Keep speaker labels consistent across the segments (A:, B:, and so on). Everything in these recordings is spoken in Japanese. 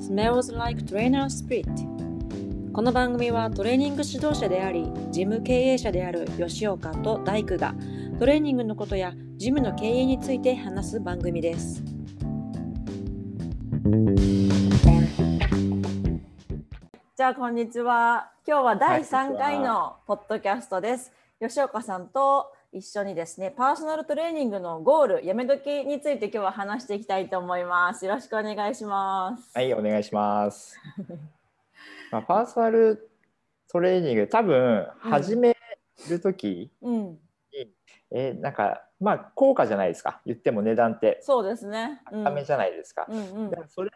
A: Smells Like Trainer Spirit この番組はトレーニング指導者でありジム経営者である吉岡と大工がトレーニングのことやジムの経営について話す番組ですじゃあこんにちは今日は第3回のポッドキャストです、吉岡さんと一緒にですねパーソナルトレーニングのゴールやめ時について今日は話していきたいと思いますよろしくお願いします
B: はい、お願い します。まあ、パーソナルトレーニング、多分
A: うん
B: 始めるとき、
A: うん
B: えーなんか、まあ、高価じゃないですか。言っても値段って、
A: そうですねうん
B: 高めじゃないですか。
A: うんうん
B: だからそれを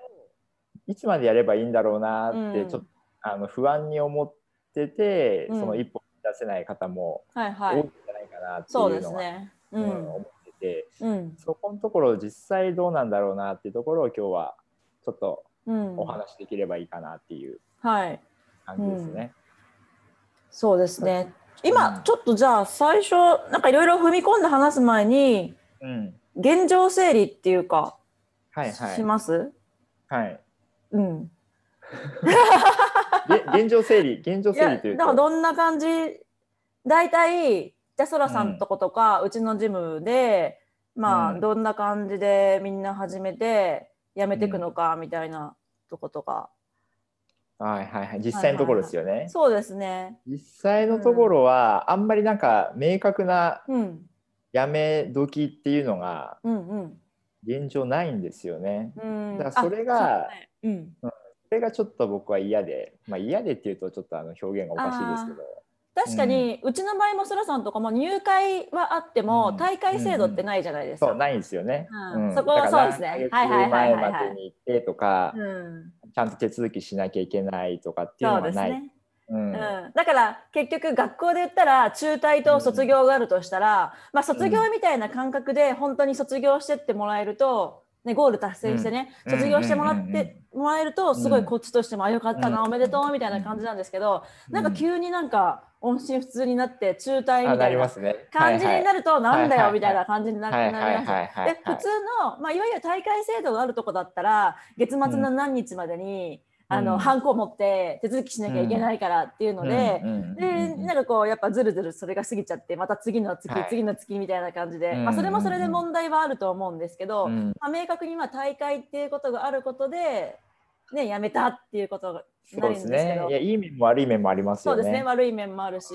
B: いつまでやればいいんだろうなーって、
A: うん
B: ちょっとあの不安に思ってて、
A: うん
B: その一歩出せない方も
A: はい
B: 多
A: はい
B: ん
A: い
B: じゃないかなって
A: そう
B: い
A: で
B: う
A: す
B: のは、
A: ねう
B: うん
A: ん
B: 思ってて、
A: うん
B: そこのところ、実際どうなんだろうなっていうところを今日はちょっと
A: うん
B: お話しできればいいかなっていう
A: はい
B: 感じですね。
A: そうですね今、
B: うん
A: ちょっとじゃあ最初なんかいろいろ踏み込んで話す前に
B: うん
A: 現状整理っていうか、
B: はいは
A: し
B: い。
A: ます
B: はい。
A: うん
B: げ現状 整理、現状
A: い
B: 整
A: や
B: 理という
A: だから
B: と。
A: どんな感じ大体じゃあそらさんとことか、うちのジムでまあ、
B: うん
A: どんな感じでみんな始めてやめていくのかみたいなとことか、
B: はいはいはい。実際のところですよね。
A: そうですね
B: 実際のところは、あんまりなんか明確な
A: うん
B: やめ時っていうのが
A: うんうん
B: 現状ないんですよね。
A: うん
B: だからそれ
A: あ
B: が
A: そうねうん、
B: それがちょっと僕は嫌で、まあ嫌でっていうとちょっとあの表現がおかしいですけど。
A: 確かに、うちの場合もそらさんとかも入会はあっても、
B: うん
A: 大会制度ってないじゃないです
B: そ
A: か。
B: うないんですよね。
A: うん
B: うん
A: そこはそうですね
B: だ
A: は
B: か
A: い
B: ら
A: はい
B: 何
A: はいはい
B: ヶ月
A: はい
B: 前までに行ってとか、
A: うん
B: ちゃんと手続きしなきゃいけないとかっていう
A: そ
B: の
A: うで
B: が
A: す
B: ない。
A: ね
B: う
A: うん、
B: ん
A: だから結局学校で言ったら中退と卒業があるとしたら、まあ、卒業みたいな感覚で本当に卒業してってもらえると、ね、ゴール達成してね、
B: うん
A: 卒業してもらってもらえるとすごいこっちとしても、あよかったな、
B: うん
A: おめでとうみたいな感じなんですけど、なんか急になんか音信不通になって中退
B: あ
A: みた
B: ないり
A: な
B: ますね。
A: 感じになるとなんだ
B: はい
A: よ
B: はい
A: みたいな感じにな
B: はいはい
A: なり
B: は
A: ま
B: い
A: す
B: はいはい。
A: で普通の、まあ、いわゆる大会制度があるとこだったら月末の何日までに、
B: うん
A: あ
B: う
A: の
B: ん
A: ハンコを持って手続きしなきゃいけないからっていうので、でなんかこうやっぱずるずるそれが過ぎちゃってまた次の月、
B: はい
A: 次の月みたいな感じで、
B: うん
A: まあ、それもそれで問題はあると思うんですけど、
B: うん
A: まあ、明確にまあ大会っていうことがあることで、ね、やめたっていうことに
B: そ
A: な
B: う
A: る
B: で
A: んですすけ
B: ね
A: ど。
B: いやいい面も悪い面もあります
A: そ
B: よ
A: う
B: ね。
A: ですね悪い面もあるし、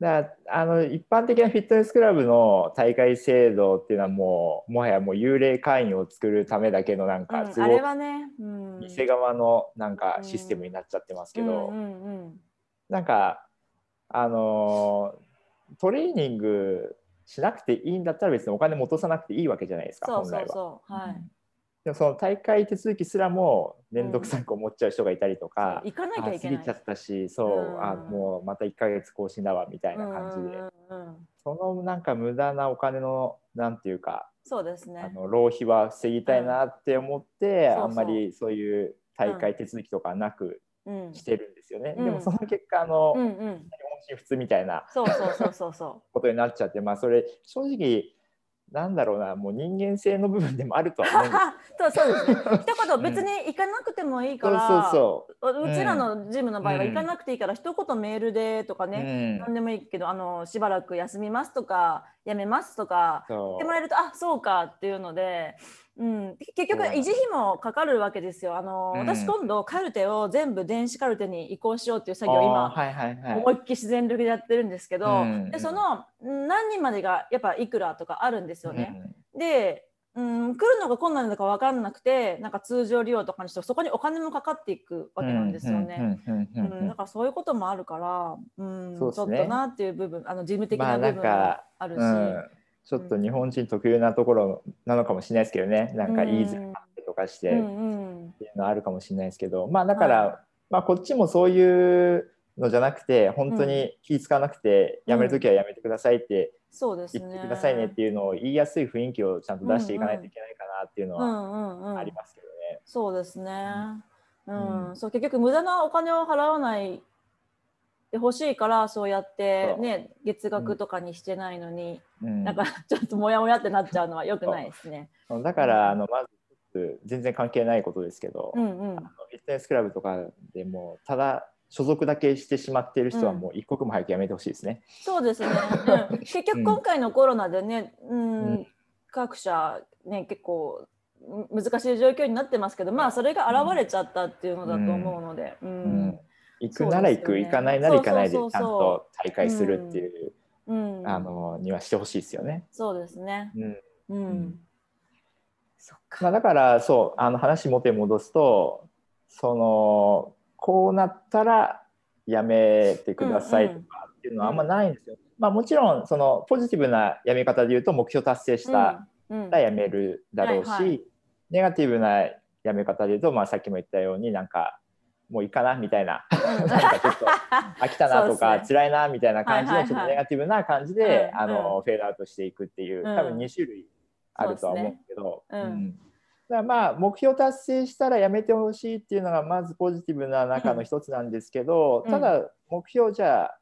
B: だからあの一般的なフィットネスクラブの大会制度っていうのはもうもはやもう幽霊会員を作るためだけのな
A: う
B: ん
A: ん
B: かす
A: あ
B: ごい
A: れはね、うん、
B: 店側のなんかシステムになっちゃってますけど、
A: うんうんうん
B: なんかあのートレーニングしなくていいんだったら別にお金も落とさなくていいわけじゃないですか
A: そう
B: 本
A: そう
B: 来は。
A: そうはい、
B: でもその大会手続きすらも面倒くさく思っちゃう人がいたりとか、
A: 行かなきゃいけ
B: あ
A: な
B: 過ぎ
A: い
B: ちゃったしそう、
A: うん
B: あもうまた1ヶ月更新だわみたいな感じで、
A: うんうんうん
B: そのなんか無駄なお金のなんていうか、
A: そうです
B: あ
A: ね。
B: の浪費は防ぎたいなって思って、
A: うんそうそう
B: あんまりそういう大会手続きとかなく
A: うん。
B: してるんですよね、
A: うん
B: でもその結果あの、
A: う
B: 本
A: んうん。
B: 心不通みたいな
A: そうそうそうそうそ
B: ことになっちゃってまあそれ正直なんだろうなもう人間性の部分でも あるとは
A: う。
B: 思うん
A: そう
B: です
A: そうですね。一言別に行かなくてもいい
B: け
A: か
B: ど
A: ら、
B: そうそう
A: う
B: うん
A: ちらのジムの場合は
B: うん
A: 行かなくていいから、一言メールでとか
B: そう、
A: ね、
B: うん
A: なんでもいいけど、あのしばらく休みますとか、やめますとか、言
B: そ
A: ってもらえると、あ、そうかっていうので、うん、結局
B: そう
A: 維持費もかかるわけですよ。あの、
B: うん
A: 私今度カルテを全部電子カルテに移行しようっていう
B: う
A: 作業を今
B: あーはいはいはい
A: 思いっきり自然力でやってるんですけど、
B: うん
A: でそのん何人までがやっぱいくらとかあるんですよね。
B: うん
A: で、うん、来るのが困難なのか分かんなくてなんか通常利用とかにしてもそこにお金もかかっていくわけなんですよね。
B: うんうんう
A: うん
B: うんうん
A: ん、だからそういうこともあるから、うん
B: そうで
A: ちょ
B: す
A: っ
B: ね
A: となっていう部分あの事務的
B: ま
A: な
B: あ
A: 部
B: なん
A: 分
B: か
A: もあるし、
B: うんちょっと日本人特有なところなのかもしれないですけどねなんか言いづらかったりとかして
A: う
B: っ
A: んうん
B: ていうのはあるかもしれないですけど、まあだから、
A: は
B: まあこっちもそういうのじゃなくて本当に気使わなくて、
A: うん
B: やめるときはやめてくださいって
A: そうです
B: 言って
A: ね。
B: くださいねっていうのを言いやすい雰囲気をちゃんと出していかないといけないかなっていうの
A: う
B: は
A: んうんうん
B: ありますけどね。
A: そうですね。うん、
B: うん
A: そう結局無駄なお金を払わないでほしいからそうやって
B: そう
A: ね月額とかにしてないのに、
B: う ん
A: なんかちょっとモヤモヤってなっちゃうのは良くないですね。
B: だからあのまず一プ全然関係ないことですけど、
A: うんうん
B: あのフィットネスクラブとかでもただ所属だけしてしまっている人は
A: うん
B: もう一刻も早くやめてほしいですね。
A: そうですね、うん結局今回のコロナでね、うん
B: うん
A: 各社ね結構む難しい状況になってますけどまあそれが現れちゃったっていうのだと思うので、うん
B: うん行くなら行く、
A: そうですよね
B: 行かないなら行かないでちゃ
A: そうんそうそ
B: と大会するっていう、
A: うん
B: あのにはしてほしいですよね。
A: そうですね、
B: うん
A: うん
B: うん
A: そっ
B: まあ、
A: か、
B: だからそうあの話元に戻すとそのこうなったらやめてくださいとかっていうのはあんまないんですよ。まあ、もちろんそのポジティブなやめ方で言うと目標達成した
A: うんうん
B: らやめるだろうし、
A: はいはい
B: ネガティブなやめ方で言うと、まあ、さっきも言ったようになんかもういいかなみた いななんかちょっと飽きたなと
A: そう
B: か、
A: です
B: 辛いなみたいな感じ
A: はいはいは
B: の
A: い
B: ちょっとネガティブな感じで、
A: うん
B: あのフェードアウトしていくっていう
A: うん
B: 多分2種類あるとは思うんですけど
A: そうですねうん
B: うんだからまあ目標達成したらやめてほしいっていうのがまずポジティブな中の一つなんですけど、
A: うん
B: ただ目標じゃあ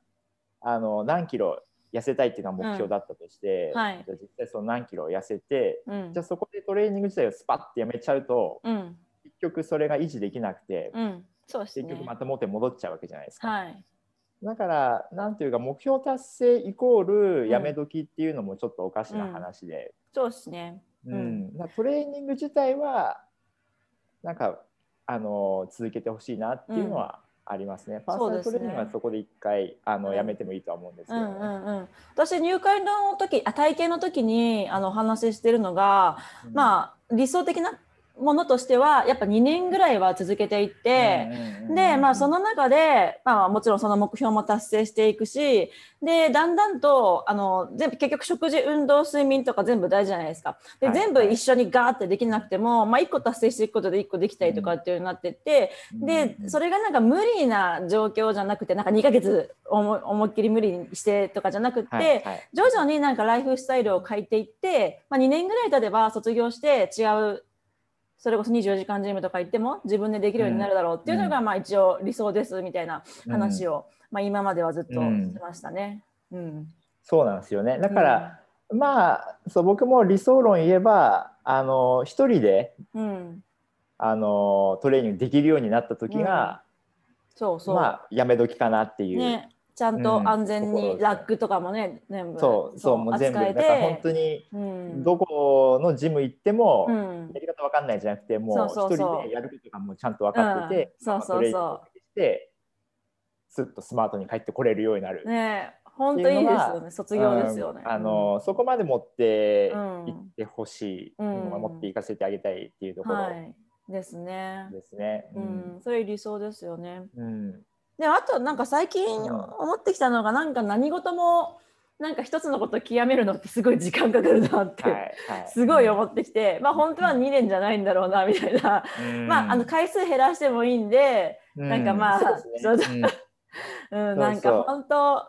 B: あの何キロ痩せたいっていうのが目標だったとして、
A: うん はい
B: じゃあ実際その何キロ痩せて
A: うん
B: じゃあそこでトレーニング自体をスパッてやめちゃうと
A: うん
B: 結局それが維持できなくて、
A: うんそうです
B: 結
A: ね
B: 局また元に戻っちゃうわけじゃないですか。
A: はい
B: だから、なんていうか、目標達成イコールやめ時っていうのもちょっとおかしな話で、
A: そうですね
B: うん
A: ん
B: だからトレーニング自体は、なんか、あの続けてほしいなっていうのはありますね。パーソナル
A: そ
B: ト
A: う
B: レ
A: です
B: ーニ
A: ね
B: ングはそこで一回あの、
A: うん
B: やめてもいいとは思うんですけ
A: う
B: ど、
A: んうんうん、私入会の時あ体験の時にあのお話ししてるのが、まあ理想的なものとしてはやっぱ2年ぐらいは続けていっ
B: あ
A: て、でまあその中で、まあ、もちろんその目標も達成していくしでだんだんとあの全部結局食事運動睡眠とか全部大事じゃないですかで、
B: はい
A: 全部一緒にガーってできなくても、まあ、1個達成していくことで1個できたりとかっていうようになってって、でそれ
B: れ、
A: がなんか無理な状況じゃなくてなんか2ヶ月思い思いっきり無理にしてとかじゃなくって、
B: はいはい
A: 徐々になんかライフスタイルを変えていって、まあ、2年ぐらい経てば卒業して違うそれこそ24時間ジムとか行っても自分でできるようになるだろうっていうのがまあ一応理想ですみたいな話
B: うん
A: を、まあ、今まではずっとしてましたね。うん
B: そうなんですよね。だから、、まあそう僕も理想論言えば、あの一人で
A: うんうん
B: あのトレーニングできるようになった時が、
A: そうそう、
B: まあやめ時かなっていう、
A: ね、ちゃんと安全
B: うんところ
A: に
B: ですね
A: ラックとかもね全部
B: そうそうもう全部
A: 扱え
B: だ
A: て
B: から本当に
A: うん
B: どこのジム行っても、
A: うん
B: やり方わかんないじゃなくてもう
A: そ
B: 一
A: うそうそう
B: 人でやることがもうちゃんと分かってて、
A: うんそうそうそう
B: まあトレーニングをしてすっとスマートに帰ってこれるようになる。
A: ね本当いいですよね卒業ですよね。
B: うんあのそこまで持っていってほしい、
A: うん
B: 持っていかせてあげたいっていうとこ
A: は
B: ろ
A: いですね。
B: ですね。
A: うん、それ理想ですよね。
B: うんうん
A: であとなんか最近
B: うん
A: 思ってきたのがなんか何事もなんか一つのことを極めるのってすごい時間かかるなって、
B: はいはい、
A: すごい 思ってきて、まあ本当は2年じゃないんだろうなみたいな、
B: うん
A: まああの回数減らしてもいいんで、なんかまあ
B: そうですね
A: うん、
B: う
A: なんか本当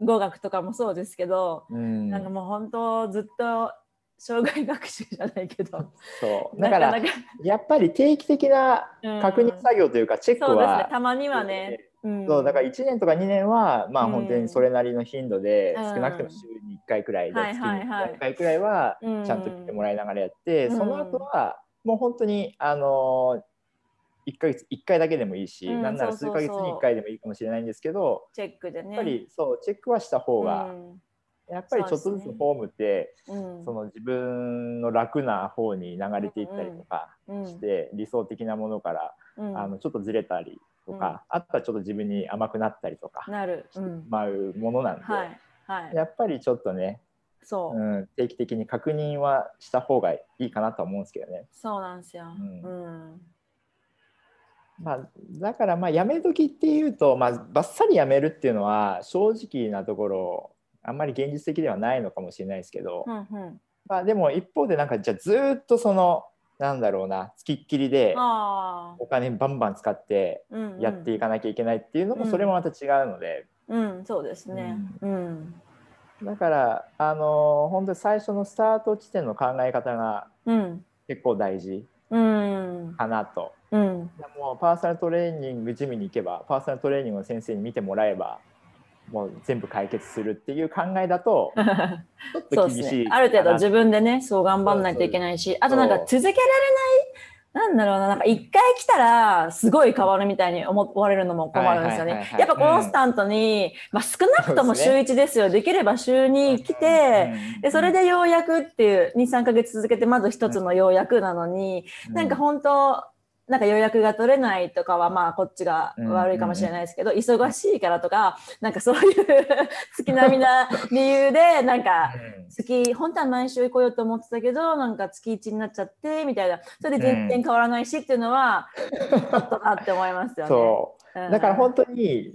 A: 語学とかもそうですけど、
B: う ん
A: なんかもう本当ずっと障害学習じゃないけど
B: そう だから
A: なか
B: やっぱり定期的な
A: なか
B: 確認作業というかチェック
A: そうですね
B: は、
A: たまにはね、うん
B: そうだから1年とか2年はまあ
A: うん
B: 本当にそれなりの頻度で
A: うん
B: 少なくても週に1回くらいで
A: はい
B: 月に
A: はいはい
B: 1回くらいは
A: うん
B: ちゃんと来てもらいながらやって
A: うん
B: その後はもう本当にあの1ヶ月1回だけでもいいし
A: うん
B: なんなら数
A: そう
B: ヶ
A: そうそう
B: 月に1回でもいいかもしれないんですけど
A: チェックでね
B: やっぱりそうチェックはした方がやっぱりちょっとずつフォームって
A: うんうん
B: その自分の楽な方に流れていったりとか
A: うん
B: して、理想的なものから、
A: うん
B: あのちょっとずれたりとか、あとはちょっと自分に甘くなったりとか
A: なる、う
B: し
A: ん
B: て、まうものなんで、
A: はいはい
B: やっぱりちょっとね、
A: そうう、
B: ん、定期的に確認はした方がいいかなとは思うんですけどね。
A: そうなんですよ、
B: う
A: うんん
B: まあ、だからまあやめ時っていうと、まあ、ばっさりやめるっていうのは正直なところあんまり現実的ではないのかもしれないですけど、
A: うんうん、
B: まあ、でも一方でなんかじゃあずーっとそのなんだろうな付きっきりで
A: ああ、
B: お金バンバン使って
A: うんうん、
B: やっていかなきゃいけないっていうのも
A: うん
B: それもまた違うので、
A: うんそうですねうん
B: だからあのー本当に最初のスタート地点の考え方が
A: うん
B: 結構大事
A: うん
B: かなと。
A: うん
B: もうパーソナルトレーニングジムに行けばパーソナルトレーニングの先生に見てもらえばもう全部解決するっていう考えだとちょっ
A: そ
B: と
A: うで
B: 厳
A: す
B: しい
A: ね。
B: かな
A: ある程度自分でね、そう頑張んないといけないし、あとなんか続けられない、なんだろうな、なんか一回来たらすごい変わるみたいに思われるのも困るんですよ
B: はいは
A: ね
B: いはい。はい
A: やっぱコンスタントに、まあ少なくとも週
B: そう
A: 1ですよ。できれば週2来て、
B: うん
A: でそれでようやくっていう23ヶ月続けてまず一つのようやくなのに、
B: う
A: なんか本当なんか予約が取れないとかはまあこっちが悪いかもしれないですけど、忙しいからとかなんかそういう 月並みな理由でなんか
B: うん
A: 月本当は毎週来ようと思ってたけどなんか月1になっちゃってみたいなそれで全然変わらないしっていうのはちょっとなって思いますよね。
B: そう
A: うん
B: だから本当に、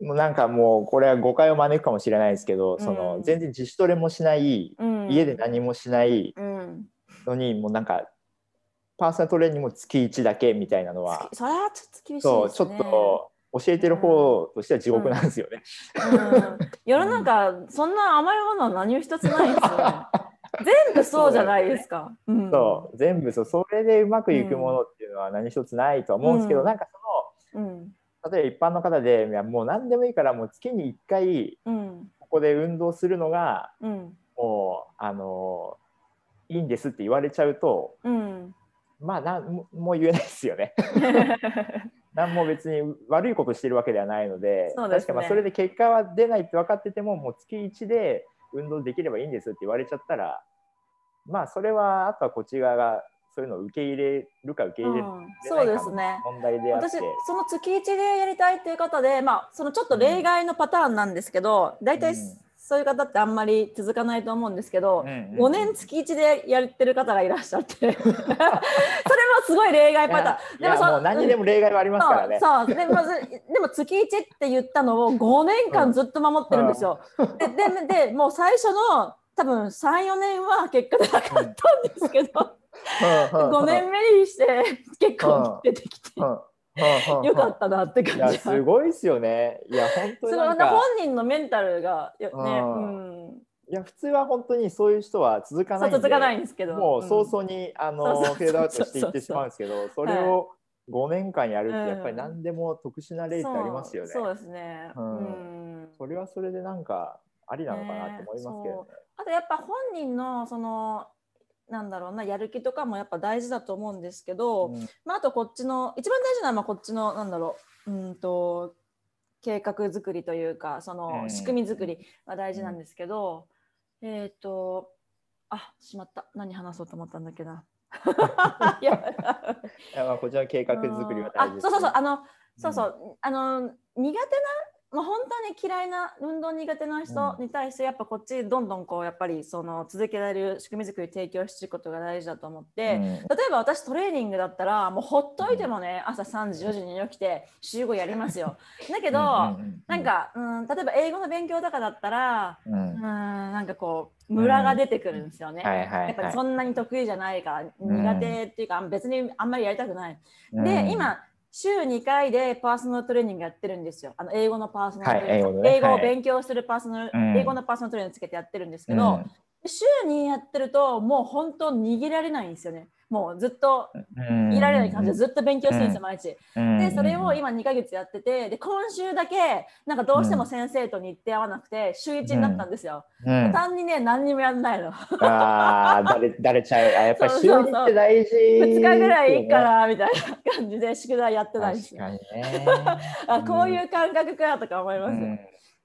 B: もうなんかもうこれは誤解を招くかもしれないですけ
A: う
B: ど、
A: ん
B: その全然自主トレもしない、
A: うん
B: 家で何もしない
A: うん、
B: のにもうなんかパーソナルトレーニングも月1だけみたいなのは、
A: それはちょっと厳しいですね。
B: そうちょっと教えてる方としては地獄なんですよね。
A: うん世の中そんな甘いものは何一つないですよね。全部そうじゃないですか。うん
B: そう全部そうそれでうまくいくものっていうのは何一つないとは思うんですけど、
A: うん
B: なんかそ
A: うん。
B: の例えば一般の方でいやもう何でもいいからもう月に1回
A: うん。
B: ここで運動するのが
A: うん。
B: もうあのいいんですって言われちゃうと
A: うん。
B: まあなんももう言えないですよ ね。何も別に悪いことしてるわけではないので
A: そうですね
B: 確かまあそれで結果は出ないって分かっててももう月1で運動できればいいんですって言われちゃったらまあそれはあとはこっち側がそういうのを受け入れるか受け入れないか
A: うんそうですね。
B: の問題であって
A: 私。その月1でやりたいっていう方で、まあ、そのちょっと例外のパターンなんですけど大体
B: うん
A: そういう方ってあんまり続かないと思うんですけど、
B: うんうん
A: 5年月1でやってる方がいらっしゃってそれもすごい例外パターン。
B: いやい
A: そ
B: やもう何にでも例外はありますからね。
A: そうそうでまずでも月1って言ったのを5年間ずっと守ってるんですよ。でででもう最初の多分34年は結果出なかったんですけど、5
B: 5
A: 年目にして結構出てきて、よ
B: よ
A: かったなって感
B: い
A: じ
B: や
A: は。
B: すごいですよね。いや本当
A: そ
B: に
A: の
B: な
A: 本
B: んか
A: 人のメンタルがよね、う
B: うん
A: ん、
B: いや普通は本当にそういう人は続か
A: そ
B: な
A: う
B: いんで
A: 続かないんですけど、
B: もう早
A: うん
B: 々に、あ
A: そう
B: の
A: そう
B: フェードアウトしていってしまうんですけどそれを5年間やるってやっぱり何でも特殊な例ってありますよね。
A: そうそうですね。
B: う
A: うんん
B: それはそれでなんかありなのかなと思いますけどね。
A: あとやっぱ本人のそのなんだろうなやる気とかもやっぱ大事だと思うんですけど、
B: うん
A: まあ、あとこっちの一番大事なのはこっちのなんだろううんと計画作りというかその
B: うん
A: 仕組み作りは大事なんですけど、えっ、とあしまった何話そうと思ったんだっけ な。いや
B: いやまあこちらの計画作りは大事
A: あ
B: です
A: そう
B: ね
A: そうそうあのそうそ
B: ん
A: う、あの苦手なもう本当に嫌いな運動苦手な人に対してやっぱこっちどんどんこうやっぱりその続けられる仕組み作り提供していくことが大事だと思って、
B: うん
A: 例えば私トレーニングだったらもうほっといてもね、朝3時4時に起きて週5やります よ。だけど、
B: うんうんうん
A: なんか、うん、例えば英語の勉強とかだったら、
B: うん
A: う
B: は
A: ん、なんかこうムラが出てくるんですよね。
B: いはいはい
A: やっぱりそんなに得意じゃないから苦手っていうか、別にあんまりやりたくない。
B: うん
A: で今週2回でパーソナルトレーニングやってるんですよ。あの英語のパーソナルトレーニング、
B: はい英語のね
A: を勉強するパーソナル、
B: うん
A: 英語のパーソナルトレーニングつけてやってるんですけ
B: う
A: ど、
B: ん
A: 週にやってるともう本当逃げられないんですよね。もうずっと
B: うん
A: いられない感じでずっと勉強してるんですよ毎日。
B: うん
A: でそれを今2ヶ月やっててで今週だけなんかどうしても先生と日程合わなくて週1になったんですよ。
B: うん
A: 単にね何にもやんないの。
B: あーだれだれちゃうあやっぱり
A: そう
B: 週
A: そうそう
B: にって大事ですよね
A: 2日ぐらいいいからみたいな感じで宿題やってないし
B: 確。かにね
A: あこういう感覚かとか思います。
B: うんい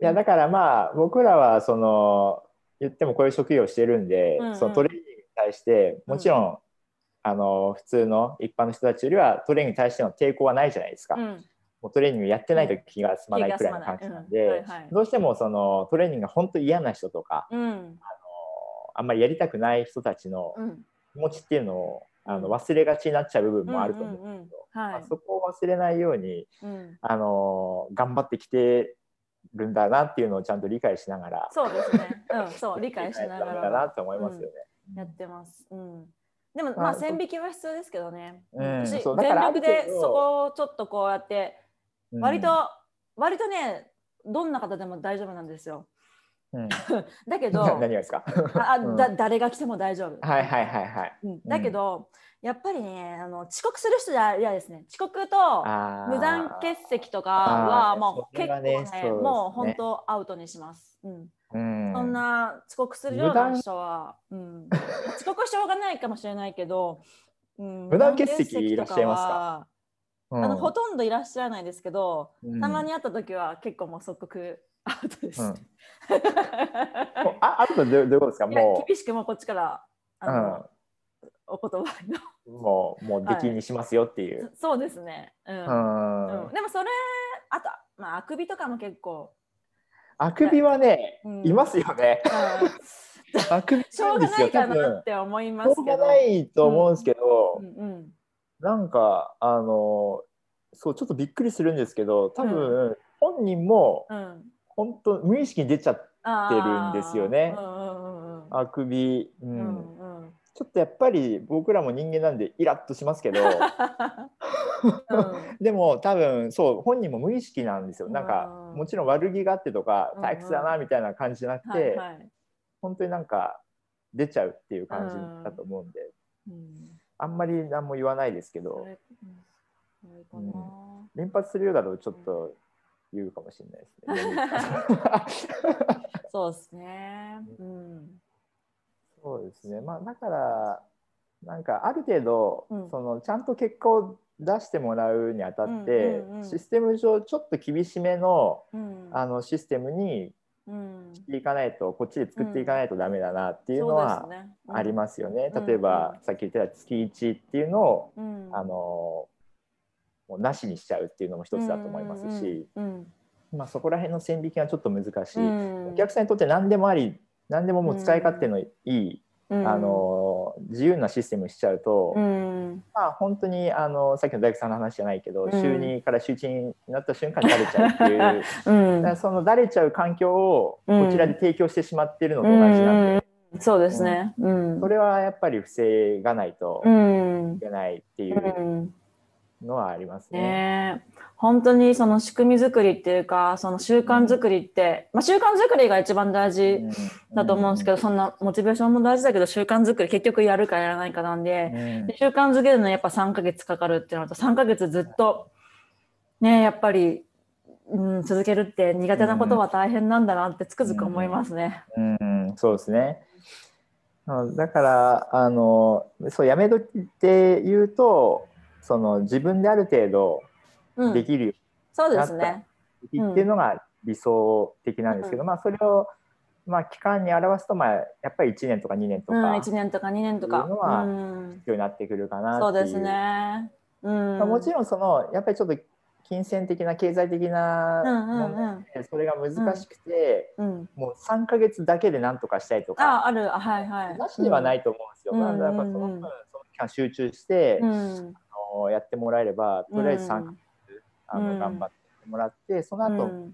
B: やだからまあ僕らはその言ってもこういう職業をしてるんで、
A: うんうん
B: そのトレーニングに対してもちろん、あの普通の一般の人たちよりはトレーニングに対しての抵抗はないじゃないですか、
A: うん
B: もうトレーニングやってないと気が済まないくらいの
A: 気が
B: 感
A: 済
B: じ
A: ま
B: な
A: ない
B: んで、
A: うんはいはい
B: どうしてもそのトレーニングが本当嫌な人とか
A: うん
B: あんまりやりたくない人たちの
A: うん
B: 気持ちっていうのを、あ
A: うん
B: の忘れがちになっちゃう部分もあると思うんですけど、
A: うんうんうんは
B: まあ
A: い、
B: そこを忘れないように
A: うん、
B: あの頑張ってきてるんだなっていうのをちゃんと理解しながら
A: そうですね。うん、そう理解しなが
B: ダメだな
A: ら
B: って思いますよね。
A: やってます。うん。でも
B: あ
A: まあ
B: そう
A: 線引きは必要ですけどね。
B: うん
A: 私
B: そうだか
A: 全
B: ら
A: 力で
B: ある程度
A: そこをちょっとこうやって
B: うん
A: 割と、割とねどんな方でも大丈夫なんですよ。
B: うん、
A: だけど
B: 何がですか
A: ああ
B: うん
A: だ誰が来ても大丈夫、
B: はいはいはいはい。
A: うんだけど、やっぱりねあの遅刻する人じゃ嫌ですね遅刻と
B: あー
A: 無断欠席とか
B: あ
A: は
B: ー
A: もう
B: そ
A: 結
B: れ
A: 構
B: は
A: ね
B: ねそうですね
A: もう本当アウトにします、うん
B: うん、
A: そんな遅刻するよう
B: 無
A: な
B: 断
A: 人は、うん、遅刻はしょうがないかもしれないけど、うん
B: 無断欠席いらっしゃいます
A: か
B: う
A: あ
B: ん、
A: のほとんどいらっしゃらないですけど、
B: うん
A: たまに会った時は結構もう即刻アウトです。
B: うんもうああとどうどういうことですか
A: いや
B: も
A: 厳しくもうこっちからあの、お言葉の
B: う、もう、もう出禁にしますよっていう。
A: そうですね、うん
B: うん
A: うんでもそれあと、まあ、あくびとかも結構、
B: あくびはね、
A: うん
B: いますよね。
A: うん
B: あくび
A: しょうが
B: です
A: な
B: よ
A: いか
B: 多
A: な
B: 分
A: って思います
B: し
A: け
B: ょ
A: ど
B: うがないと思うんですけど、
A: うんうん
B: なんかあのそうちょっとびっくりするんですけど多分、本人も
A: うん、
B: 本当無意識に出ちゃっ
A: 出
B: てるんですよね
A: うんうんうん
B: あくび、
A: う
B: う
A: んんうんうん
B: ちょっとやっぱり僕らも人間なんでイラッとします けどでも多分そう本人も無意識なんですよなんか
A: うん
B: もちろん悪気があってとか
A: うん
B: 退屈だなみたいな感じじゃなく
A: はい
B: て
A: はい
B: 本当になんか出ちゃうっていう感じだと思うんで
A: うん
B: あんまり何も言わないですけ
A: そ
B: ど
A: れうんそれかな
B: 連発するようだとちょっと言うかもしれな いですね。
A: そうですね。うん。
B: そうですね、まあ、だからなんかある程度、
A: うん
B: そのちゃんと結果を出してもらうにあたって、
A: うんうんうん
B: システム上ちょっと厳しめの
A: うん。
B: あのシステムに
A: うん。
B: していかないとこっちで作っていかないとダメだなっていうの
A: そう
B: は
A: ですね。
B: ありますよね。
A: うん
B: 例えば、
A: うん
B: さっき言ってた月1っていうのを、
A: す。うん。
B: あのもうなしにしちゃうっていうのも一つだと思いますし、
A: うん。
B: まあ、そこら辺の線引きはちょっと難しい、
A: うん
B: お客さんにとって何でもあり何でももう使い勝手のいい、
A: うん
B: あ、の自由なシステムしちゃうと、
A: うん。
B: まあ本当にあのさっきの大工さんの話じゃないけど、
A: うん
B: 週2から週1になった瞬間にだれちゃうっていうだ
A: うん
B: からそのだれちゃう環境を
A: うん
B: こちらで提供してしまってるのと同じなんで、
A: そうですね。うん
B: そ。れはやっぱり防がないと
A: うん。
B: い。けないっていううんのはありますね。
A: ねえ本当にその仕組み作りっていうかその習慣作りって、まあ、習慣作りが一番大事だと思うんですけど、そんなモチベーションも大事だけど習慣作り結局やるかやらないかなんで、
B: うん
A: で習慣づけるのにやっぱ3ヶ月かかるってなると3ヶ月ずっとねやっぱり、うん、続けるって苦手なことは大変なんだなってつくづく思いますね。
B: うん、そうですね。うんだからあのそうやめ時って言うとその自分である程度
A: うん、
B: できるよ
A: そうですね。
B: っていうのが理想的なんですけど、まあそれをまあ期間に表すとまあやっぱり1年とか2年と
A: うん、
B: か
A: 1
B: 必
A: 年とか2年とか。
B: っていうのは
A: うん、
B: 要になってくるかな
A: そう
B: ってい
A: で
B: う
A: すね。うん、
B: まあ、もちろんそのやっぱりちょっと金銭的な経済的な
A: うんう
B: 問題
A: ん
B: でそれが難しくて、
A: うんうん、
B: もう3ヶ月だけでなんとかしたいとか
A: ああるあはいはい。。
B: なしではいないと思うんですよ。
A: うん
B: なんだやっぱその
A: うん
B: 分その期間集中して、
A: うん、
B: あのやってもらえればとりあえず3、あ
A: うん
B: の頑張ってもらってその
A: う
B: 後、
A: んう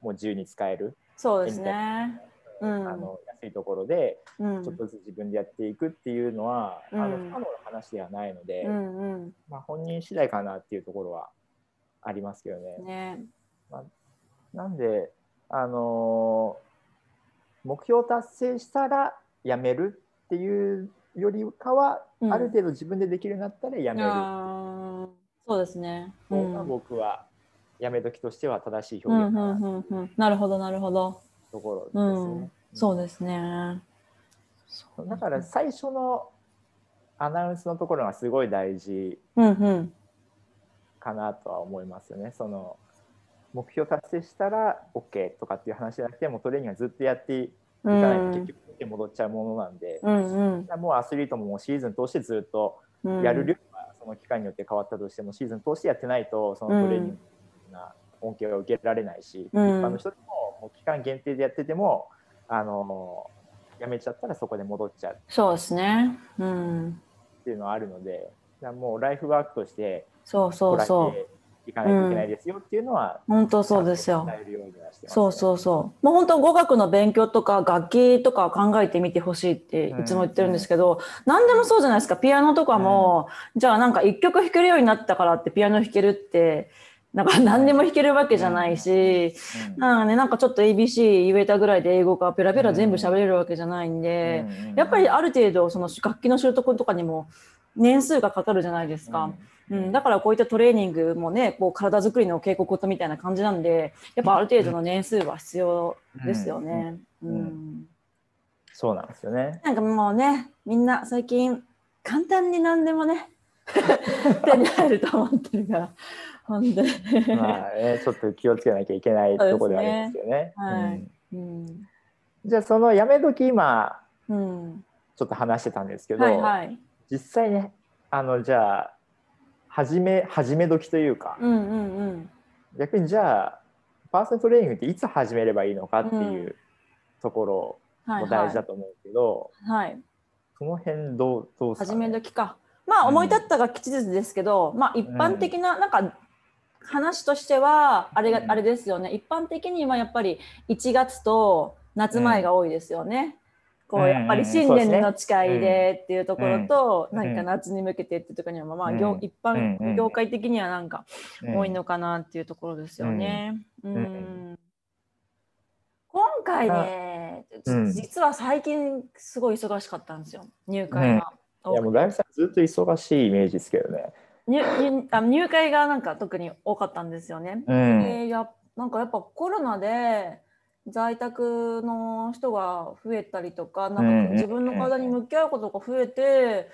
B: も
A: ん、
B: う自由に使える、
A: そうですね。うん
B: あの安いところで
A: うん
B: ちょっとずつ自分でやっていくっていうのは、
A: うん
B: あの不可能な話ではないので、
A: うんう
B: まあ、本人次第かなっていうところはありますけどね。
A: ん、ね
B: なんで、あのー目標達成したらやめるっていうよりかは、
A: うん
B: ある程度自分でできるようになったらやめる
A: あーそうですね。う
B: 方が
A: ん
B: 僕はやめ時としては正しいう表
A: ん
B: 現
A: う
B: かなっ
A: ん
B: て
A: うんうん、なるほどなるほど。
B: とこ
A: う
B: ろですね。
A: ん、そうですね。
B: だから最初のアナウンスのところがすごい大事
A: うんうん
B: かなとは思いますよね。その目標達成したら OK とかっていう話じゃなくてもうトレーニングはずっとやっていか
A: う
B: ないと
A: ん
B: 結局手戻っちゃうものなんで、
A: うん
B: もうアスリートももうシーズン通してずっと
A: うん、
B: やる量がその期間によって変わったとしてもシーズン通してやってないとそのトレーニングな恩恵を受けられないし、
A: うん
B: 一般の人でももう期間限定でやっててもあのやめちゃったらそこで戻っちゃう
A: そうですね。うん、
B: っていうのはあるのでだからもうライフワークとして
A: そうそ
B: 捉
A: うそう。
B: えていかないといけないですよっていうのは
A: 本当そうですよ。
B: 伝えるようにはしてますね、
A: そうそうそう。もう本当語学の勉強とか楽器とか考えてみてほしいっていつも言ってるんですけど、何でもそうじゃないですか。ピアノとかも、じゃあなんか一曲弾けるようになったからってピアノ弾けるって、なんか何でも弾けるわけじゃないし、なんかね、なんかちょっと ABC 言えたぐらいで英語がペラペラ全部喋れるわけじゃないんで、やっぱりある程度その楽器の習得とかにも年数がかかるじゃないですか。うん、だからこういったトレーニングもねこう体作りの稽古事みたいな感じなんでやっぱある程度の年数は必要ですよね。うん、うん、
B: そうなんです よね
A: なんかもうねみんな最近簡単に何でも ね手に入ると思ってるからほんで
B: まあ、ね、ちょっと気をつけなきゃいけないとこではありますよ ね。じゃあそのやめ時今、うん、ちょっと話してたんですけど、はいはい、実際ねあのじゃあ始め始め時というか、うんうんうん、逆にじゃあパーソナルトレーニングっていつ始めればいいのかっていうところも大事だと思うけど、はい、はい、その辺どうどう
A: すか、ね、始め時かまあ思い立ったが吉日ですけど、うん、まあ一般的ななんか話としてはあれが、うん、あれですよね一般的にはやっぱり1月と夏前が多いですよね。うんこうやっぱり新年の誓いでっていうところと、うんうんね、何か夏に向けてっていうところにはまあ、うん、一般業界的にはなんか多いのかなっていうところですよね。うん今回ね、実は最近すごい忙しかったんですよ入会が。
B: いやもうライブさんずっと忙しいイメージですけどね。
A: 入あ入会がなんか特に多かったんですよね。うん、でやなんかやっぱコロナで在宅の人が増えたりとかなんか自分の体に向き合うことが増えて、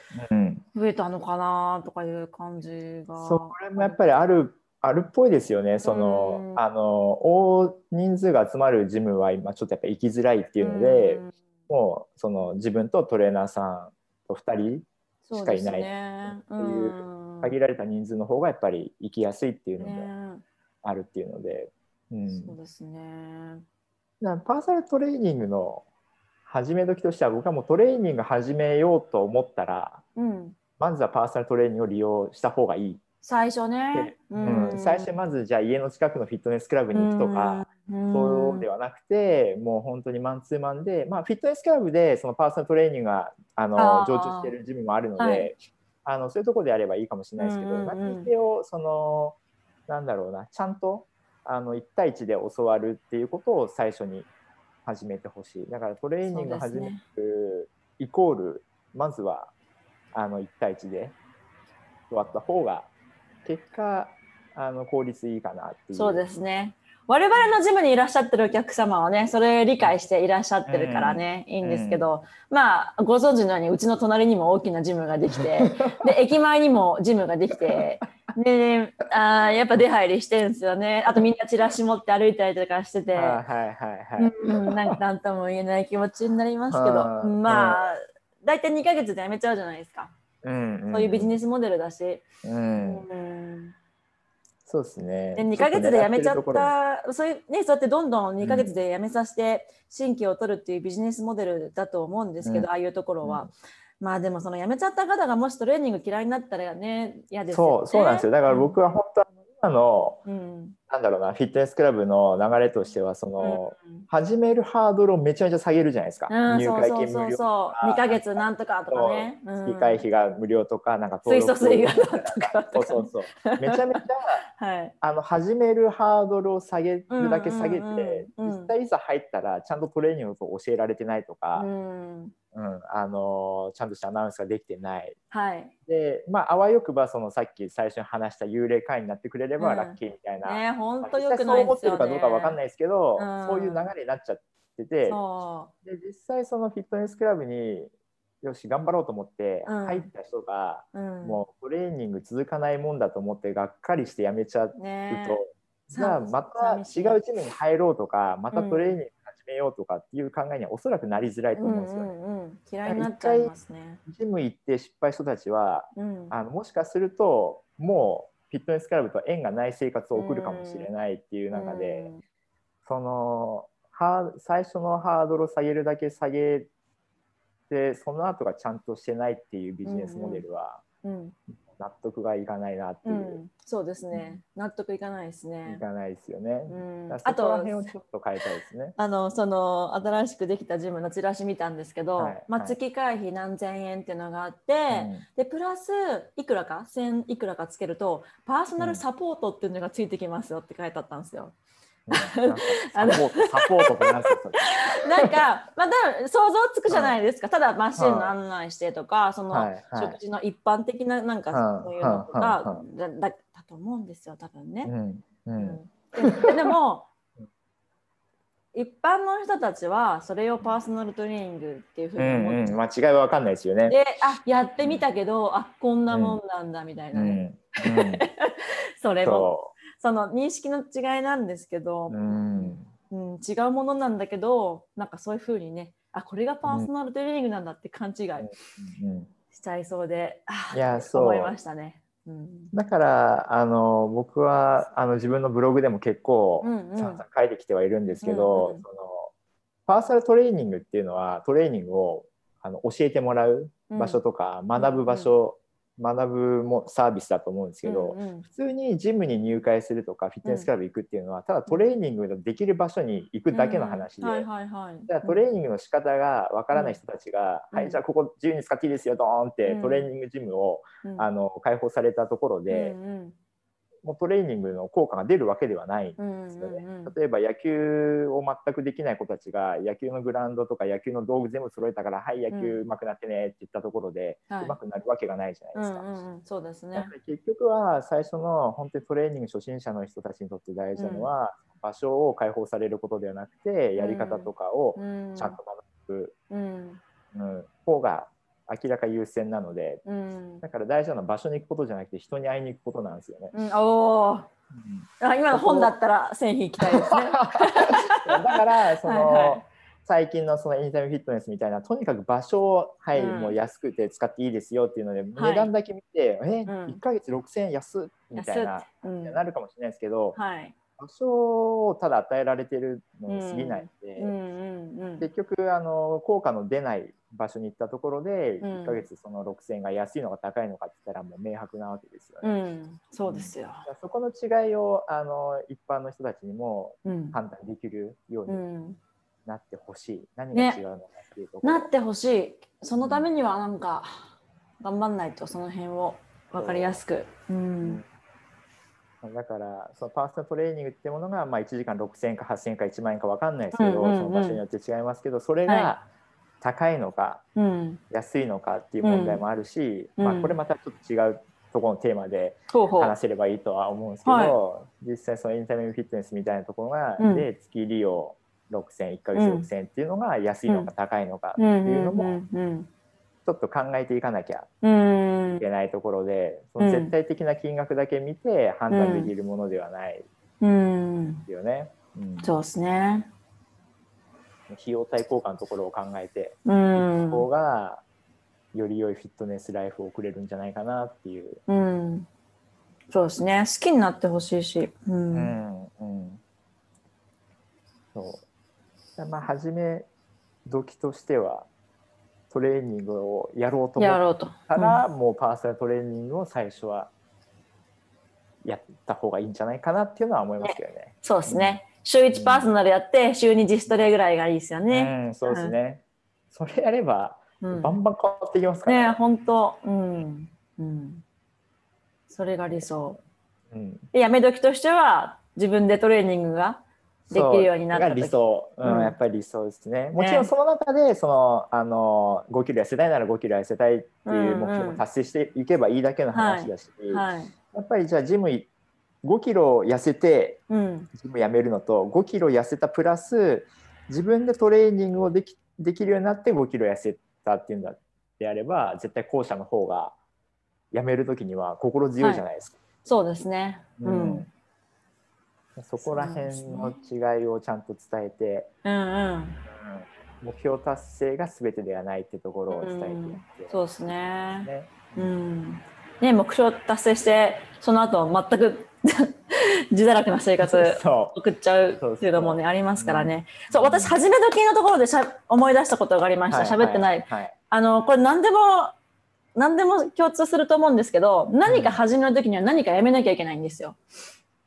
A: 増えたのかなとかいう感じが。
B: それもやっぱりあるあるっぽいですよね。その、あの大人数が集まるジムは今ちょっとやっぱ行きづらいっていうので、もうその自分とトレーナーさんと2人しかいないっていう限られた人数の方がやっぱり行きやすいっていうのもあるっていうので。
A: うん、そうですね。
B: パーソナルトレーニングの始め時としては僕はもうトレーニング始めようと思ったら、うん、まずはパーソナルトレーニングを利用した方がいい
A: 最初ね、
B: うん最初まずじゃあ家の近くのフィットネスクラブに行くとか、うん、そうではなくてもう本当にマンツーマンで、まあ、フィットネスクラブでそのパーソナルトレーニングがあの常駐しているジムもあるので、はい、あのそういうところでやればいいかもしれないですけど、うん何にせよそのなんだろうなちゃんとあの1対1で教わるっていうことを最初に始めてほしいだからトレーニング始める、イコールまずはあの1対1で教わった方が結果あの効率いいかなっていう
A: そうですね我々のジムにいらっしゃってるお客様はねそれ理解していらっしゃってるからね、うん、いいんですけど、うん、まあご存知のようにうちの隣にも大きなジムができて で駅前にもジムができて。で、あやっぱ出入りしてるんですよね。あとみんなチラシ持って歩いたりとかしてて、なんとも言えない気持ちになりますけど、まあ、大体2か月で辞めちゃうじゃないですか。うんそういうビジネスモデルだし。うん
B: そうですね。
A: で2か月で辞めちゃった、そういうね、そうやってどんどん2か月で辞めさせて、新規を取るっていうビジネスモデルだと思うんですけど、ああいうところは。まあでもその辞めちゃった方がもしトレーニング嫌いになったらね嫌です、ね、
B: そうそうなんですよだから僕は本当今の、うん、なんだろうなフィットネスクラブの流れとしてはその、うん、始めるハードルをめちゃめちゃ下げるじゃないですか、
A: うん、入会金無料と2か月なんとかとかね、
B: 月会費が無料とかなんか
A: 水素水がなんとか
B: とかそうそうそうめちゃめちゃ、はい、あの始めるハードルを下げるだけ下げて、実際いざ入ったらちゃんとトレーニングを教えられてないとか、うんうん、あのー、ちゃんとしたアナウンスができてない、
A: はい、
B: で、まあ、あわよくばそのさっき最初に話した幽霊会になってくれればラッキーみたいな、うん、
A: ね本当よく
B: ない、ね、そう思ってるかどうか分かんないですけど、うん、そういう流れになっちゃっててで実際そのフィットネスクラブによし頑張ろうと思って入った人が、うん、もうトレーニング続かないもんだと思ってがっかりしてやめちゃうと、ね、じゃあまた違うチームに入ろうとかまたトレーニング、めようとかっていう考えにはおそらくなりづらいと思うんですよね。うんうん、
A: 嫌いになっちゃいますね。
B: ジム行って失敗した人たちは、うん、あのもしかするともうフィットネスクラブと縁がない生活を送るかもしれないっていう中で、うん、そのは最初のハードルを下げるだけ下げてその後がちゃんとしてないっていうビジネスモデルは、うん、うん、納得がいかないなっていうう、
A: ん、そうですね、納得いかないですね
B: い。かないですよね
A: う。ん
B: だから
A: あ
B: そこ
A: と
B: ら辺をちょっと変えたいですね。
A: あのその新しくできたジムのチラシ見たんですけど、
B: はい
A: まあ、
B: はい
A: 月会費何千円っていうのがあって、
B: うん
A: でプラスいくらか1000いくらかつけるとパーソナルサポートっていうのがついてきますよって書いてあったんです よ。
B: なんか
A: あ
B: サ
A: の
B: ポート、サポートってなん ですか、それ
A: なんか、まあ、多分想像つくじゃないですか、ただマシンの案内してとか、その、
B: はいはい
A: 食事の一般的ななんか
B: はい
A: そういうのと
B: は
A: か
B: いは
A: だだだと思うんですよ多分ね。
B: うん、う、
A: うんんででも一般の人たちはそれをパーソナルトレーニングっていうふう
B: う
A: に思って
B: ん、うん、間違いはわかんないですよね。
A: であやってみたけどあこんなもんなんだみたい
B: うん、
A: な、
B: うん、
A: それも
B: そ
A: その認識の違いなんですけど
B: う、う、ん、
A: うん違うものなんだけどなんかそういうふうにねあこれがパーソナルトレーニングなんだって勘違い
B: うん。
A: しちゃいそうで、あー
B: いや
A: って
B: そう
A: 思いましたね。うん
B: だからあの僕はあの自分のブログでも結構
A: うんうん
B: さんざん書いてきてはいるんですけど、
A: うんうん
B: そのパーソナルトレーニングっていうのはトレーニングをあの教えてもらう場所とか、学ぶ場所、学ぶもサービスだと思うんですけど、
A: うんうん
B: 普通にジムに入会するとかフィットネスクラブ行くっていうのは、ただトレーニングのできる場所に行くだけの話
A: う
B: で。
A: んはいはいはい、
B: じゃあトレーニングの仕方がわからない人たちが、
A: うん
B: は
A: うん
B: いじゃあここ自由に使っていいですよドーンって、
A: うん
B: トレーニングジムを
A: うんうん
B: あの開放されたところで、
A: うん
B: もうトレーニングの効果が出るわけではな
A: う
B: いんで
A: んうん
B: すよね。
A: うんうん
B: 例えば野球を全くできない子たちが野球のグラウンドとか野球の道具全部揃えたから「はい野球うまくなってね」って言ったところで、
A: は
B: うま
A: い
B: くなるわけがないじゃないうですか。
A: んうんうんそうです
B: や
A: ね
B: っぱ。り結局は最初の本当にトレーニング初心者の人たちにとって大事なのは、場所を解放されることではなくてやり方とかを
A: うん
B: ちゃんと学
A: うん
B: ぶ、うん方が明らか優先なので
A: うん
B: だから大事なのは場所に行くことじゃなくて人に会いに行くことなんですよね。
A: うん、おー
B: うん
A: あ今の本だったら線引きたいですね。
B: だからその
A: はいはい
B: 最近のそのエニタイムフィットネスみたいなとにかく場所を、はい
A: うん
B: もう安くて使っていいですよっていうので、
A: はい
B: 値段だけ見て、え
A: うん
B: 1ヶ月6000円安っ みたいな
A: うん
B: なるかもしれないですけど、
A: はい。
B: 場所をただ与えられてるのに過ぎないので、
A: うんうんうん。
B: 結局あの効果の出ない場所に行ったところで、
A: うん
B: 1ヶ月その6000円が安いのか高いのかって言ったらもう明白なわけですよね。
A: うん、そうですよ。
B: だからそこの違いをあの一般の人たちにも
A: うん。
B: 判断できるよう
A: う
B: に
A: ん、
B: なってほしい、何が
A: ね
B: 違うのかっていうところ、
A: なってほしい。そのためにはなんか頑張んないとその辺をわかりやすく。うん。
B: だからそのパーソナルトレーニングってものが、まあ、1時間6000円か8000円か1万円かわかんないですけど、
A: うんうんうん
B: その場所によって違いますけどそれ
A: は
B: が高いのか
A: うん。
B: 安いのかっていう問題もあるし、
A: うん
B: まあ、
A: うん
B: これまたちょっと違うところのテーマで
A: ほうほう
B: 話。せればいいとは思うんですけど、
A: は
B: 実際そのエンタメフィットネスみたいなところが、
A: うん
B: で月利用6000 1ヶ月6000円っていうのが安いのか高いのか、
A: う
B: っ
A: ん
B: ていうのも
A: うん
B: ちょっと考えていかなきゃ
A: うん。う
B: い
A: ん
B: けないところで、
A: うん
B: その絶対的な金額だけ見て判断できるものではない
A: う
B: で
A: ん。
B: すよね。うん
A: そうですね。
B: 費用対効果のところを考えて
A: う
B: い
A: ん
B: く。方が、より良いフィットネスライフを送れるんじゃないかなっていう。
A: うん。そうですね。好きになってほしいし。う。
B: うんんうんそうだまあ初め時としてはトレーニングをやろうと思
A: や
B: っ
A: ろうと。
B: たら、もうパーソナルトレーニングを最初はやった方がいいんじゃないかなっていうのは思いますけどね。
A: そうですね。週一パーソナルやって、週二自主トレぐらいがいいですよね。
B: うん、そうですね。それやれば、
A: うん
B: バンバン変わっていきますから
A: ねえ、本当、うん、うん。それが理想。
B: うん、
A: でやめ時としては、自分でトレーニングが。できるようになった
B: そう
A: 時
B: が理想、うん
A: うん
B: やっぱり理想ですね。もちろんその中で、そのあの5キロ痩せたいなら5キロ痩せたいっていう目標
A: うんう
B: も
A: ん
B: 達成していけばいいだけの話だし、
A: はい。
B: やっぱりじゃあジム5キロ痩せて
A: うん。
B: ジムやめるのと5キロ痩せたプラス自分でトレーニングをできできるようになって5キロ痩せたっていうんだであれば絶対後者の方がやめる時には心強いじゃないですか。
A: そうですね。う。
B: うん
A: うん
B: んそこら辺の違いをちゃんと伝えて、
A: うん。
B: 目標達成が全てではないってところを伝えていって、
A: そうですね。
B: ね
A: うん。ね、目標達成して、その後、全く。 自堕落な生活。
B: そ
A: 送っちゃうっていうのもねありますからね。そう私初め時のところでしゃ思い出したことがあり
B: う
A: まし
B: は
A: た。
B: い
A: 喋ってない。
B: はい
A: あのこれ何でも何でも共通すると思うんですけど何か始める時には何かやめなきゃいけないんですよ。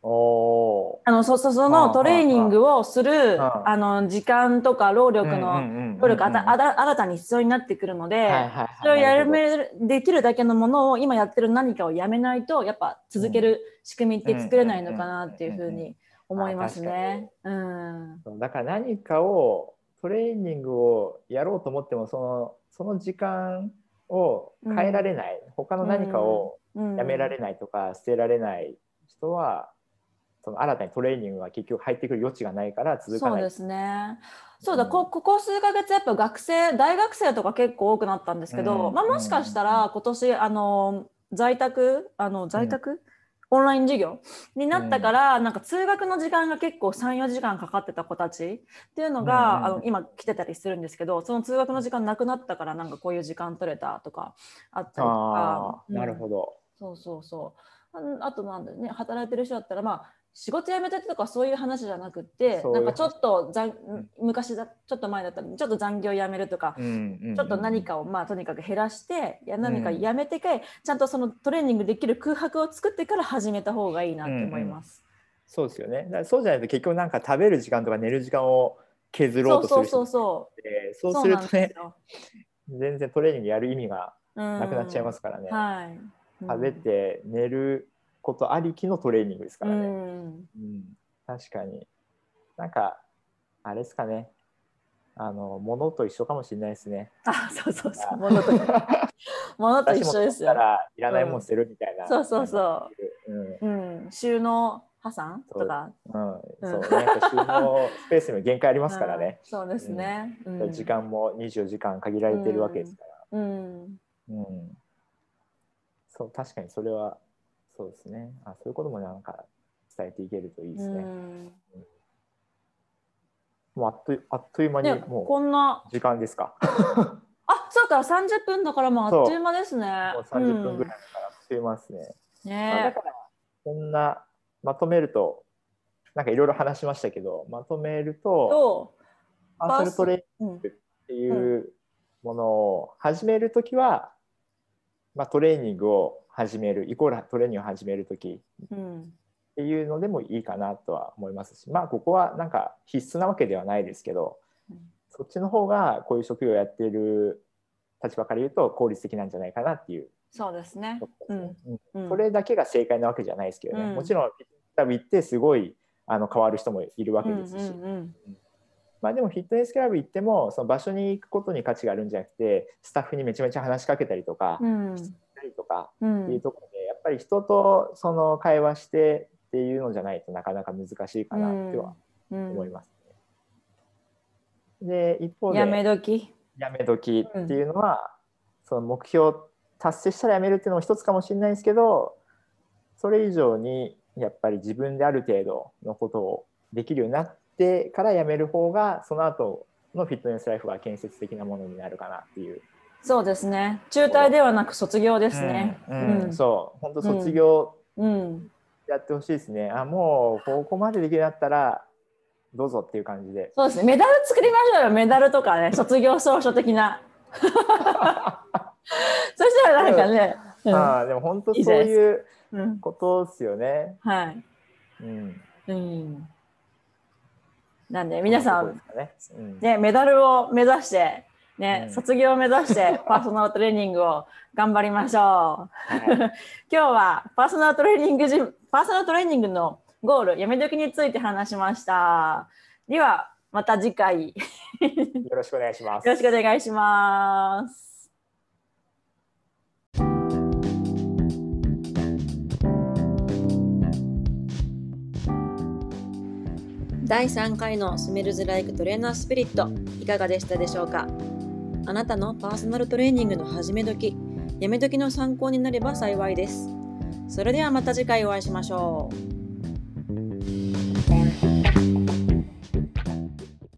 B: おー
A: あのそそそ
B: ああ
A: のトレーニングをする
B: ああ
A: あの時間とか労力
B: うん
A: の
B: うんうんうんうん
A: 労力あたあた新たに必要になってくるので、
B: はいはいはい
A: それをやめるできるだけのものを今やってる何かをやめないとやっぱ続ける仕組みって作れないのかなっていうふうに思いますね。うん、
B: だから何かをトレーニングをやろうと思ってもそのその時間を変えられない、他の何かを
A: うん
B: やめられないとか捨てられない人は、その新たにトレーニングが結局入ってくる余地がないから続か
A: そう
B: ない
A: で
B: う
A: すね。そうだ、
B: うん
A: こここ数ヶ月やっぱ学生大学生とか結構多くなったんですけど、
B: うん
A: まあ、もしかしたら今年あの在宅あの在宅、オンライン授業になったから、なんか通学の時間が結構34時間かかってた子たちっていうのが、
B: うん
A: あの今来てたりするんですけどその通学の時間なくなったからなんかこういう時間取れたとかあったりと
B: あ
A: か。
B: ーなるほど、
A: そうそうそう。ああとなんだよね働いてる人だったらまあ仕事辞めてとかそういう話じゃなくって
B: そうい
A: な
B: うん
A: かちょっと残、
B: ん
A: 昔だちょっと前だったらちょっと残業辞めるとか、
B: うんうんうん
A: ちょっと何かをまあとにかく減らしていや何かやめてかい、ちゃんとそのトレーニングできる空白を作ってから始めた方がいいなって思います。
B: そうですよねだからそうじゃないと結局なんか食べる時間とか寝る時間を削ろ
A: そううそ
B: とす
A: うそう
B: る人
A: そ
B: って
A: う。
B: そうする
A: なん
B: と
A: で
B: ね
A: すよ
B: 全然トレーニングやる意味が
A: うん
B: なくなっちゃいますからね、
A: はい。うん
B: 食べて寝ることありきのトレーニングですか
A: う
B: ら
A: ん。
B: ね、うん、確かに。なんか、あれですかね。あの、物と一緒かもしれないですね。
A: あ、そうそうそう。物と 物と一緒です
B: 出した
A: よ。
B: ら、いらないもん捨てるみたいな。
A: そうそうそう。
B: う。うん、
A: うん、収納破産
B: そう
A: とか
B: うん、
A: うん
B: そうね。やっぱ収納スペースにも限界あります からね。
A: うんそうですね。うん
B: 時。間も24時間限られてるわけですから。
A: うん。
B: うん。そう、確かにそれは、そうですね。あ、そういうこともなんか伝えていけるといいですね。
A: うん
B: もうあっというあっという間に
A: で、
B: も
A: こんな
B: う、時間ですか。
A: あ、そうか、三十分だからもうあっという間ですね。
B: もう30分ぐらいからあっという間ですね。
A: うん。
B: まあだ
A: ね
B: からこんなまとめるとなんかいろいろ話しましたけどまとめる
A: え。
B: と
A: と、
B: パーソルトレーニング
A: うん、
B: っていうものを始めるときは、まあ、トレーニングを始めるイコールトレーニングを始めるときっ
A: うん、
B: ていうのでもいいかなとは思いますしまあここはなんか必須なわけではないですけど
A: うん
B: そっちの方がこういう職業をやっている立場から言うと効率的なんじゃないかなっていう
A: そうですね
B: と。こ
A: う
B: ろですね
A: ん、
B: うん
A: うん、
B: それだけが正解なわけじゃないですけどね、
A: うん
B: もちろんフィットネスクラブ行ってすごいあの変わる人もいるわ
A: う
B: け
A: ん
B: ですし、
A: うん
B: まあ、でもフィットネスクラブ行ってもその場所に行くことに価値があるんじゃなくてスタッフにめちゃめちゃ話しかけたりとか、
A: う
B: し
A: ん、
B: たりとか
A: う、
B: っていうんところでやっぱり人とその会話してっていうのじゃないとなかなか難しいかなっては
A: うん、
B: 思いますね。で一方で
A: やめ時。
B: やめ時っていうのは、その目標達成したらやめるっていうのも一つかもしれないですけどそれ以上にやっぱり自分である程度のことをできるようになってからやめる方がその後のフィットネスライフが建設的なものになるかなっていう。
A: そうですね。中退ではなく卒業で
B: です
A: ね。
B: うん
A: うん
B: そう本当卒業
A: うん、
B: やってほしいですね。あもうここまでできるようになったらどうぞっていう感じで。
A: そうですね。メダル作りましょうよ。メダルとかね、 卒業証書的な。 そしたらなんかね、
B: ああでも本当
A: いいじゃ
B: そ
A: な
B: う
A: いですか
B: いう
A: うん、うん、
B: ことですよね。
A: はい、
B: うん。
A: うん。なんで皆さ
B: そういうんとこですかね。うん
A: ねメダルを目指してね、
B: うん
A: 卒業を目指 してパーソナルトレーニングを頑張りましょう。
B: はい
A: 今日はパーソナルトレーニングジムパーソナルトレーニングのゴールやめ時について話しました。ではまた次回よ
B: よろしくお願いします。
A: ろしくお願いします。第3回のスメルズ・ライク・トレーナースピリットいかがでしたでしょうかあなたのパーソナルトレーニングの始め時やめ時の参考になれば幸いですそれではまた次回お会いしましょう